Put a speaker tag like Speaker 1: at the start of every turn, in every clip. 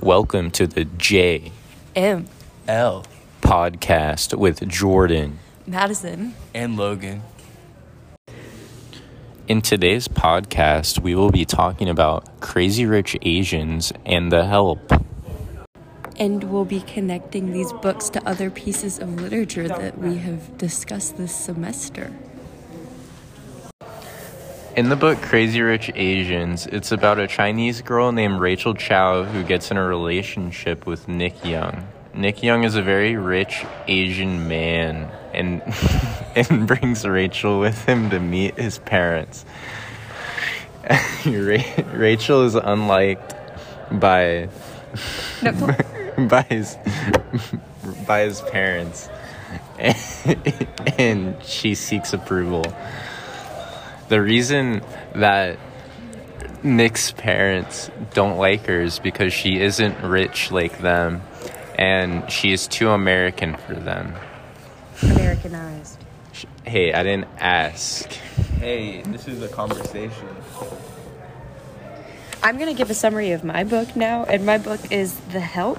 Speaker 1: Welcome to the J
Speaker 2: M.
Speaker 3: L
Speaker 1: podcast with Jordan.
Speaker 2: Madison.
Speaker 3: and Logan.
Speaker 1: In today's podcast, we will be talking about Crazy Rich Asians and the help.
Speaker 2: And we'll be connecting these books to other pieces of literature that we have discussed this semester.
Speaker 1: In the book Crazy Rich Asians, it's about a Chinese girl named Rachel Chow who gets in a relationship with Nick Young. Nick Young is a very rich Asian man and and brings Rachel with him to meet his parents. Ra- Rachel is unliked by by his by his parents and she seeks approval the reason that Nick's parents don't like her is because she isn't rich like them and she is too American for them.
Speaker 4: Americanized.
Speaker 1: Sh- Hey, I didn't ask.
Speaker 3: Hey, this is a conversation.
Speaker 4: I'm going to give a summary of my book now, and my book is The Help.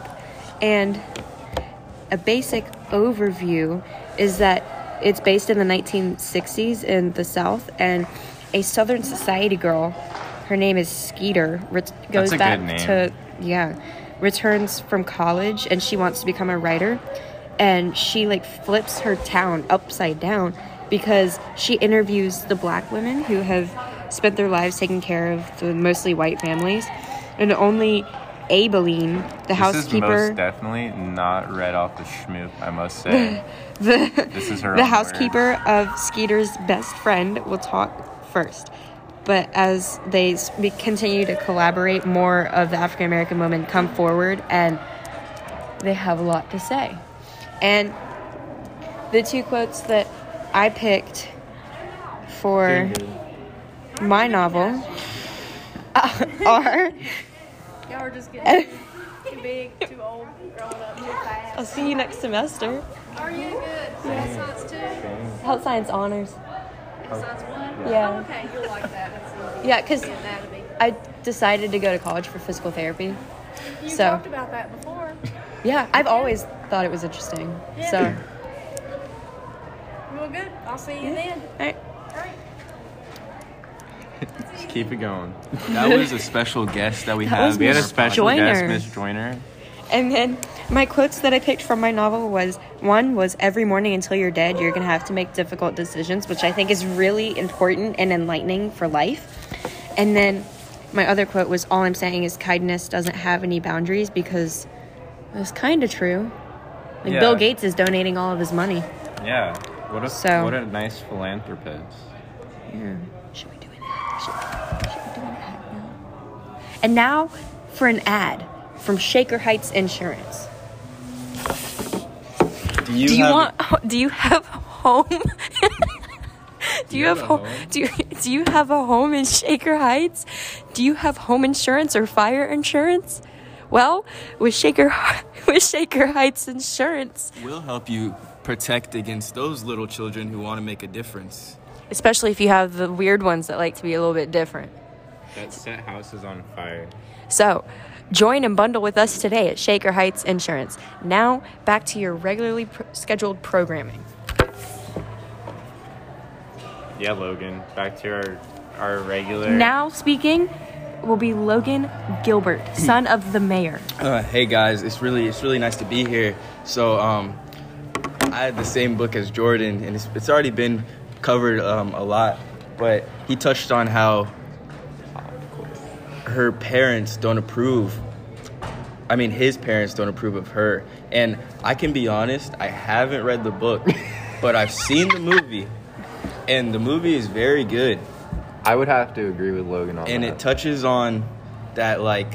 Speaker 4: And a basic overview is that it's based in the 1960s in the South, and a Southern society girl, her name is Skeeter, ret- goes
Speaker 1: a good
Speaker 4: back
Speaker 1: name.
Speaker 4: to, yeah, returns from college, and she wants to become a writer. And she like flips her town upside down because she interviews the black women who have spent their lives taking care of the mostly white families, and only Abilene, the housekeeper,
Speaker 1: definitely not read off the schmoop, I must say.
Speaker 4: the
Speaker 1: This is her
Speaker 4: the
Speaker 1: own
Speaker 4: housekeeper of Skeeter's best friend will talk first. But as they s- we continue to collaborate, more of the African American women come forward and they have a lot to say. And the two quotes that I picked for my novel are
Speaker 5: Y'all are just getting too big, too old, growing up too fast.
Speaker 4: I'll see you next semester.
Speaker 5: Are you good? Science two?
Speaker 4: Health Science Honors.
Speaker 5: Science one?
Speaker 4: Yeah.
Speaker 5: Oh, okay, you'll like that. That's
Speaker 4: Yeah, because
Speaker 5: the anatomy.
Speaker 4: I decided to go to college for physical therapy.
Speaker 5: You
Speaker 4: So-
Speaker 5: talked about that before.
Speaker 4: Yeah, I've always thought it was interesting.
Speaker 5: Yeah.
Speaker 4: So, all
Speaker 5: Well, good. I'll see you then.
Speaker 4: right.
Speaker 5: All right.
Speaker 1: Keep it going.
Speaker 3: That was a special guest that we
Speaker 4: That
Speaker 3: have.
Speaker 4: was
Speaker 1: We had a
Speaker 4: Miss
Speaker 1: special guest,
Speaker 4: Joyner.
Speaker 1: Miss Joyner.
Speaker 4: And then my quotes that I picked from my novel was one was every morning until you're dead, you're going to have to make difficult decisions, which I think is really important and enlightening for life. And then my other quote was all I'm saying is kindness doesn't have any boundaries because it's kind of true. Like
Speaker 1: Yeah.
Speaker 4: Bill Gates is donating all of his money.
Speaker 1: Yeah. What a
Speaker 4: So-
Speaker 1: what a nice philanthropist.
Speaker 4: Yeah. Should we do an ad? Should, should we do an ad now? And now for an ad from Shaker Heights Insurance.
Speaker 3: Do you,
Speaker 2: Do you
Speaker 3: have-
Speaker 2: want do you have home? Do you have home? Do you, do you have a home in Shaker Heights? Do you have home insurance or fire insurance? Well, with Shaker with Shaker Heights Insurance,
Speaker 3: We'll help you protect against those little children who want to make a difference.
Speaker 2: especially if you have the weird ones that like to be a little bit different.
Speaker 1: That set house is on fire.
Speaker 2: So, join and bundle with us today at Shaker Heights Insurance. Now, back to your regularly pr- scheduled programming.
Speaker 1: Yeah, Logan. Back to our our regular
Speaker 2: Now speaking will be Logan Gilbert, son of the mayor.
Speaker 3: Uh, hey guys, it's really it's really nice to be here. So um, I had the same book as Jordan, and it's, it's already been covered um, a lot, but he touched on how her parents don't approve. I mean, his parents don't approve of her, and I can be honest, I haven't read the book, but I've seen the movie, and the movie is very good
Speaker 1: I would have to agree with Logan on
Speaker 3: and
Speaker 1: that.
Speaker 3: it touches on that like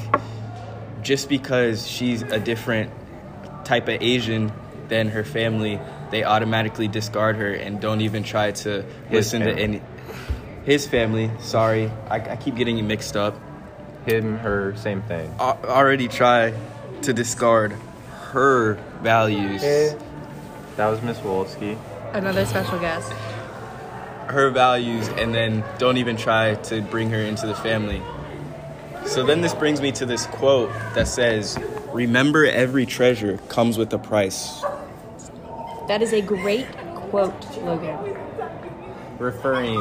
Speaker 3: just because she's a different type of asian than her family they automatically discard her and don't even try to listen to
Speaker 1: family.
Speaker 3: any his family sorry i, I keep getting you mixed up
Speaker 1: him, her, same thing.
Speaker 3: Al already try to discard her values
Speaker 1: That was Miss Wolski.
Speaker 2: Another special guest.
Speaker 3: her values and then don't even try to bring her into the family So then this brings me to this quote that says, "Remember every treasure comes with a price."
Speaker 2: That is a great quote, Logan.
Speaker 6: referring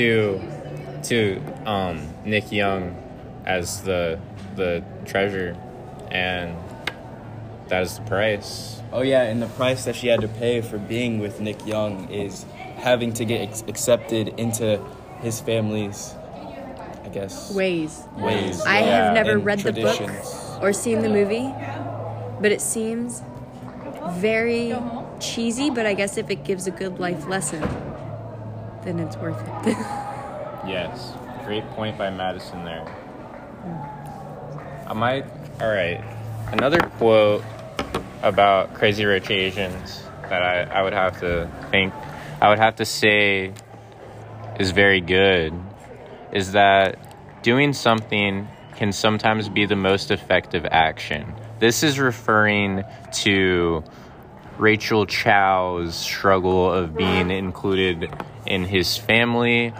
Speaker 6: to to um, Nick Young as the the treasure, and that is the price.
Speaker 3: Oh yeah, and the price that she had to pay for being with Nick Young is having to get ex- accepted into his family's, I guess,
Speaker 7: Ways.
Speaker 3: ways.
Speaker 7: I have
Speaker 6: Yeah,
Speaker 7: never
Speaker 3: and
Speaker 7: read the
Speaker 3: traditions.
Speaker 7: book or seen the movie, but it seems very cheesy. But I guess if it gives a good life lesson, then it's worth it.
Speaker 6: Yes, great point by Madison there. Am I all right? Another quote about Crazy Rich Asians that I, I would have to think I would have to say is very good is that doing something can sometimes be the most effective action. This is referring to Rachel Chow's struggle of being included in his family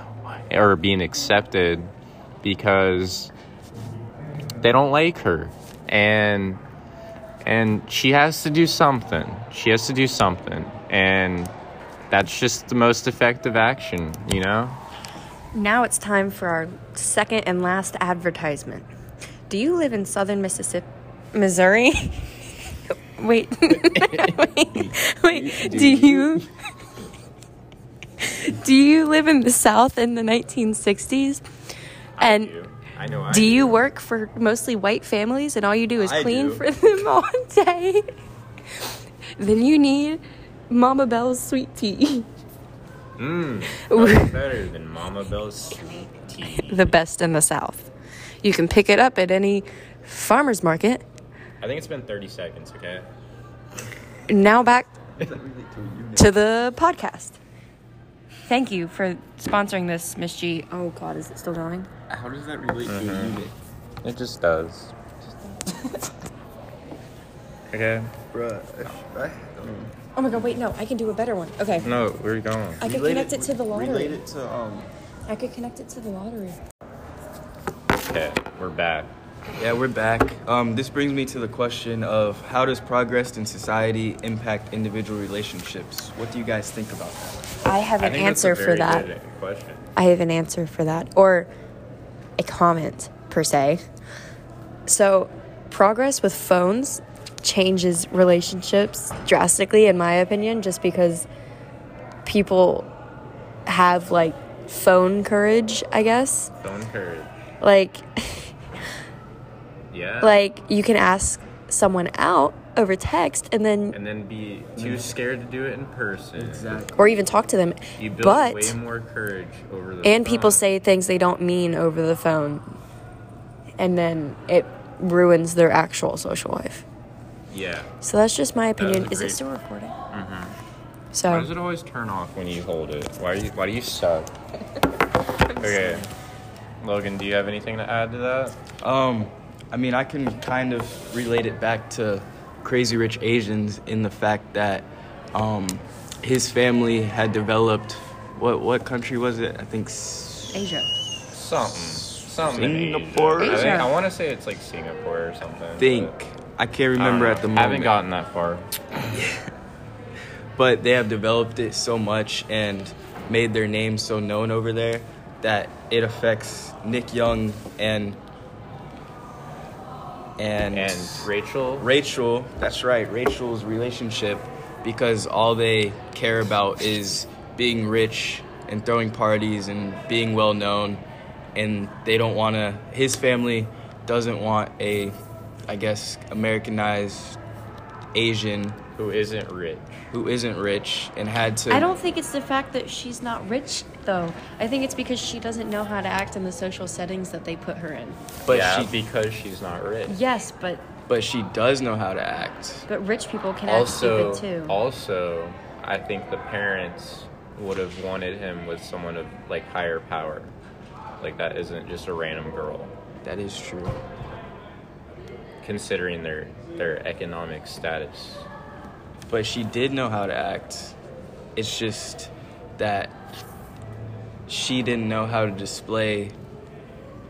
Speaker 6: or being accepted because they don't like her and and she has to do something. She has to do something and that's just the most effective action, you know?
Speaker 7: Now it's time for our second and last advertisement. Do you live in southern Mississippi?
Speaker 4: Missouri? wait. wait. Wait. Do you Do you live in the South in the 1960s? And
Speaker 6: I know I
Speaker 4: do you work for mostly white families and all you do is
Speaker 3: I
Speaker 4: clean
Speaker 3: do.
Speaker 4: for them all day? then you need Mama Bell's sweet tea.
Speaker 6: better than Mama Bell's sweet tea.
Speaker 4: the best in the South. You can pick it up at any farmer's market.
Speaker 6: I think it's been 30 seconds, okay?
Speaker 4: Now back to the podcast. Thank you for sponsoring this, Miss G. Oh God, is it still going?
Speaker 3: How does that relate to a unit?
Speaker 6: It just does. okay.
Speaker 3: Bruh.
Speaker 4: Oh my God, wait, no, I can do a better one. Okay,
Speaker 6: No, where are you going?
Speaker 4: I could connect it, to the lottery.
Speaker 3: Relate it to um.
Speaker 4: I could connect it to the lottery.
Speaker 6: Okay, we're back.
Speaker 3: Yeah, we're back. Um, this brings me to the question of how does progress in society impact individual relationships? What do you guys think about that?
Speaker 4: I have an answer for that.
Speaker 6: question.
Speaker 4: I have an answer for that, or a comment per se. So, progress with phones changes relationships drastically, in my opinion, just because people have like phone courage, I guess.
Speaker 6: Don't encourage.
Speaker 4: Like,
Speaker 6: Yeah.
Speaker 4: like you can ask someone out over text and then
Speaker 6: and then be too scared to do it in person.
Speaker 4: or even talk to them
Speaker 6: You build
Speaker 4: but
Speaker 6: way uh, more courage over the
Speaker 4: and people
Speaker 6: phone.
Speaker 4: say things they don't mean over the phone and then it ruins their actual social life
Speaker 6: Yeah.
Speaker 4: so that's just my
Speaker 6: was
Speaker 4: opinion
Speaker 6: a
Speaker 4: is it
Speaker 6: great-
Speaker 4: still recording mm-hmm.
Speaker 6: Why does
Speaker 4: so
Speaker 6: it always turn off when you hold it? Why do you why do you suck? okay. Logan, do you have anything to add to that?
Speaker 3: Um, I mean, I can kind of relate it back to Crazy Rich Asians in the fact that um, his family had developed what what country was it? I think S-
Speaker 7: Asia.
Speaker 6: Something. Something. in Asia.
Speaker 3: Singapore?
Speaker 6: I, think-
Speaker 7: Asia.
Speaker 6: I want to say it's like Singapore or something.
Speaker 3: think.
Speaker 6: but
Speaker 3: I can't
Speaker 6: I don't
Speaker 3: remember
Speaker 6: know.
Speaker 3: at the
Speaker 6: I
Speaker 3: moment.
Speaker 6: haven't gotten that far.
Speaker 3: but they have developed it so much and made their name so known over there that it affects Nick Young and and,
Speaker 6: And Rachel.
Speaker 3: Rachel. That's right, Rachel's relationship because all they care about is being rich and throwing parties and being well known and they don't want to his family doesn't want a I guess Americanized Asian
Speaker 6: who isn't rich.
Speaker 3: who isn't rich and had to
Speaker 7: I don't think it's the fact that she's not rich, though. I think it's because she doesn't know how to act in the social settings that they put her in.
Speaker 3: but
Speaker 6: yeah,
Speaker 3: she
Speaker 6: because she's not rich.
Speaker 7: Yes, but
Speaker 3: but she does know how to act
Speaker 7: but rich people can
Speaker 6: also,
Speaker 7: act stupid too.
Speaker 6: also, I think the parents would have wanted him with someone of like higher power. Like that isn't just a random girl,
Speaker 3: that is true
Speaker 6: considering their their economic status.
Speaker 3: but she did know how to act it's just that she didn't know how to display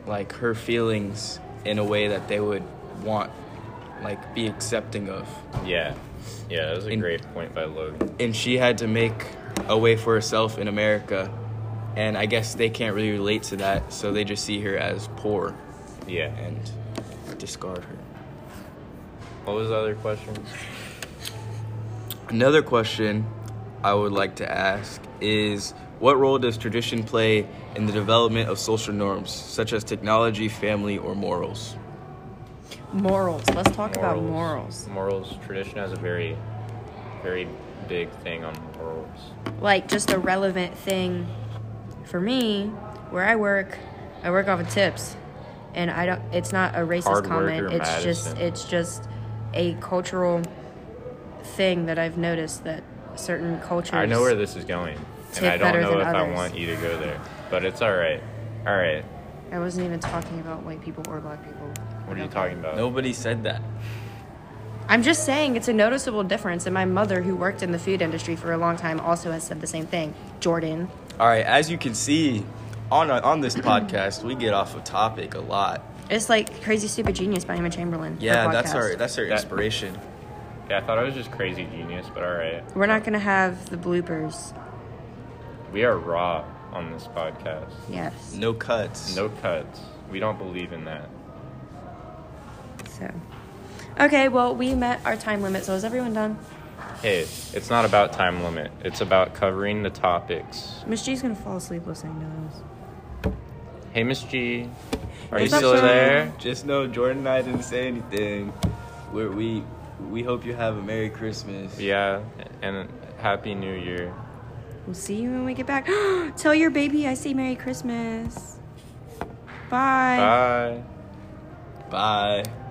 Speaker 3: like her feelings in a way that they would want, like be accepting of.
Speaker 6: Yeah. Yeah, that was a
Speaker 3: In-
Speaker 6: great point by Logan.
Speaker 3: And she had to make a way for herself in America, and I guess they can't really relate to that, so they just see her as poor
Speaker 6: Yeah.
Speaker 3: and discard her.
Speaker 6: What was the other question?
Speaker 3: Another question I would like to ask is what role does tradition play in the development of social norms, such as technology, family, or morals?
Speaker 2: Morals. Let's talk about morals.
Speaker 6: Morals. Tradition has a very, very big thing on morals.
Speaker 2: Like just a relevant thing for me, where I work, I work off of tips, and I don't. It's not a racist
Speaker 6: Hard
Speaker 2: comment.
Speaker 6: worker,
Speaker 2: It's just
Speaker 6: Madison.
Speaker 2: it's just a cultural thing that I've noticed that certain cultures.
Speaker 6: I know where this is going, and
Speaker 2: Tip
Speaker 6: I don't
Speaker 2: better
Speaker 6: know
Speaker 2: than
Speaker 6: if I
Speaker 2: others.
Speaker 6: want you to go there, but it's all right. All right.
Speaker 2: I wasn't even talking about white people or black people.
Speaker 6: What are you talking about?
Speaker 3: Nobody said that.
Speaker 2: I'm just saying it's a noticeable difference, and my mother, who worked in the food industry for a long time, also has said the same thing. Jordan,
Speaker 3: All right, as you can see on, on this podcast, we get off of topic a lot.
Speaker 2: it's like Crazy Stupid Genius by Emma Chamberlain. her
Speaker 3: Yeah, that's
Speaker 2: podcast.
Speaker 3: our, that's our
Speaker 6: That-
Speaker 3: inspiration.
Speaker 6: Yeah, I thought I was just crazy genius, but all right.
Speaker 2: We're not gonna have the bloopers.
Speaker 6: We are raw on this podcast.
Speaker 2: Yes.
Speaker 3: No cuts.
Speaker 6: No cuts. We don't believe in that.
Speaker 2: So, okay. Well, we met our time limit. So is everyone done?
Speaker 6: Hey, it's not about time limit. It's about covering the topics.
Speaker 2: Miss G's gonna fall asleep listening to this.
Speaker 6: Hey, Miss G, are
Speaker 3: Hey,
Speaker 6: you still
Speaker 3: Jordan,
Speaker 6: there?
Speaker 3: Just know Jordan and I didn't say anything. We're, we, we hope you have a Merry Christmas.
Speaker 6: Yeah, and Happy New Year.
Speaker 2: We'll see you when we get back. Tell your baby I say Merry Christmas. Bye.
Speaker 6: Bye.
Speaker 3: Bye.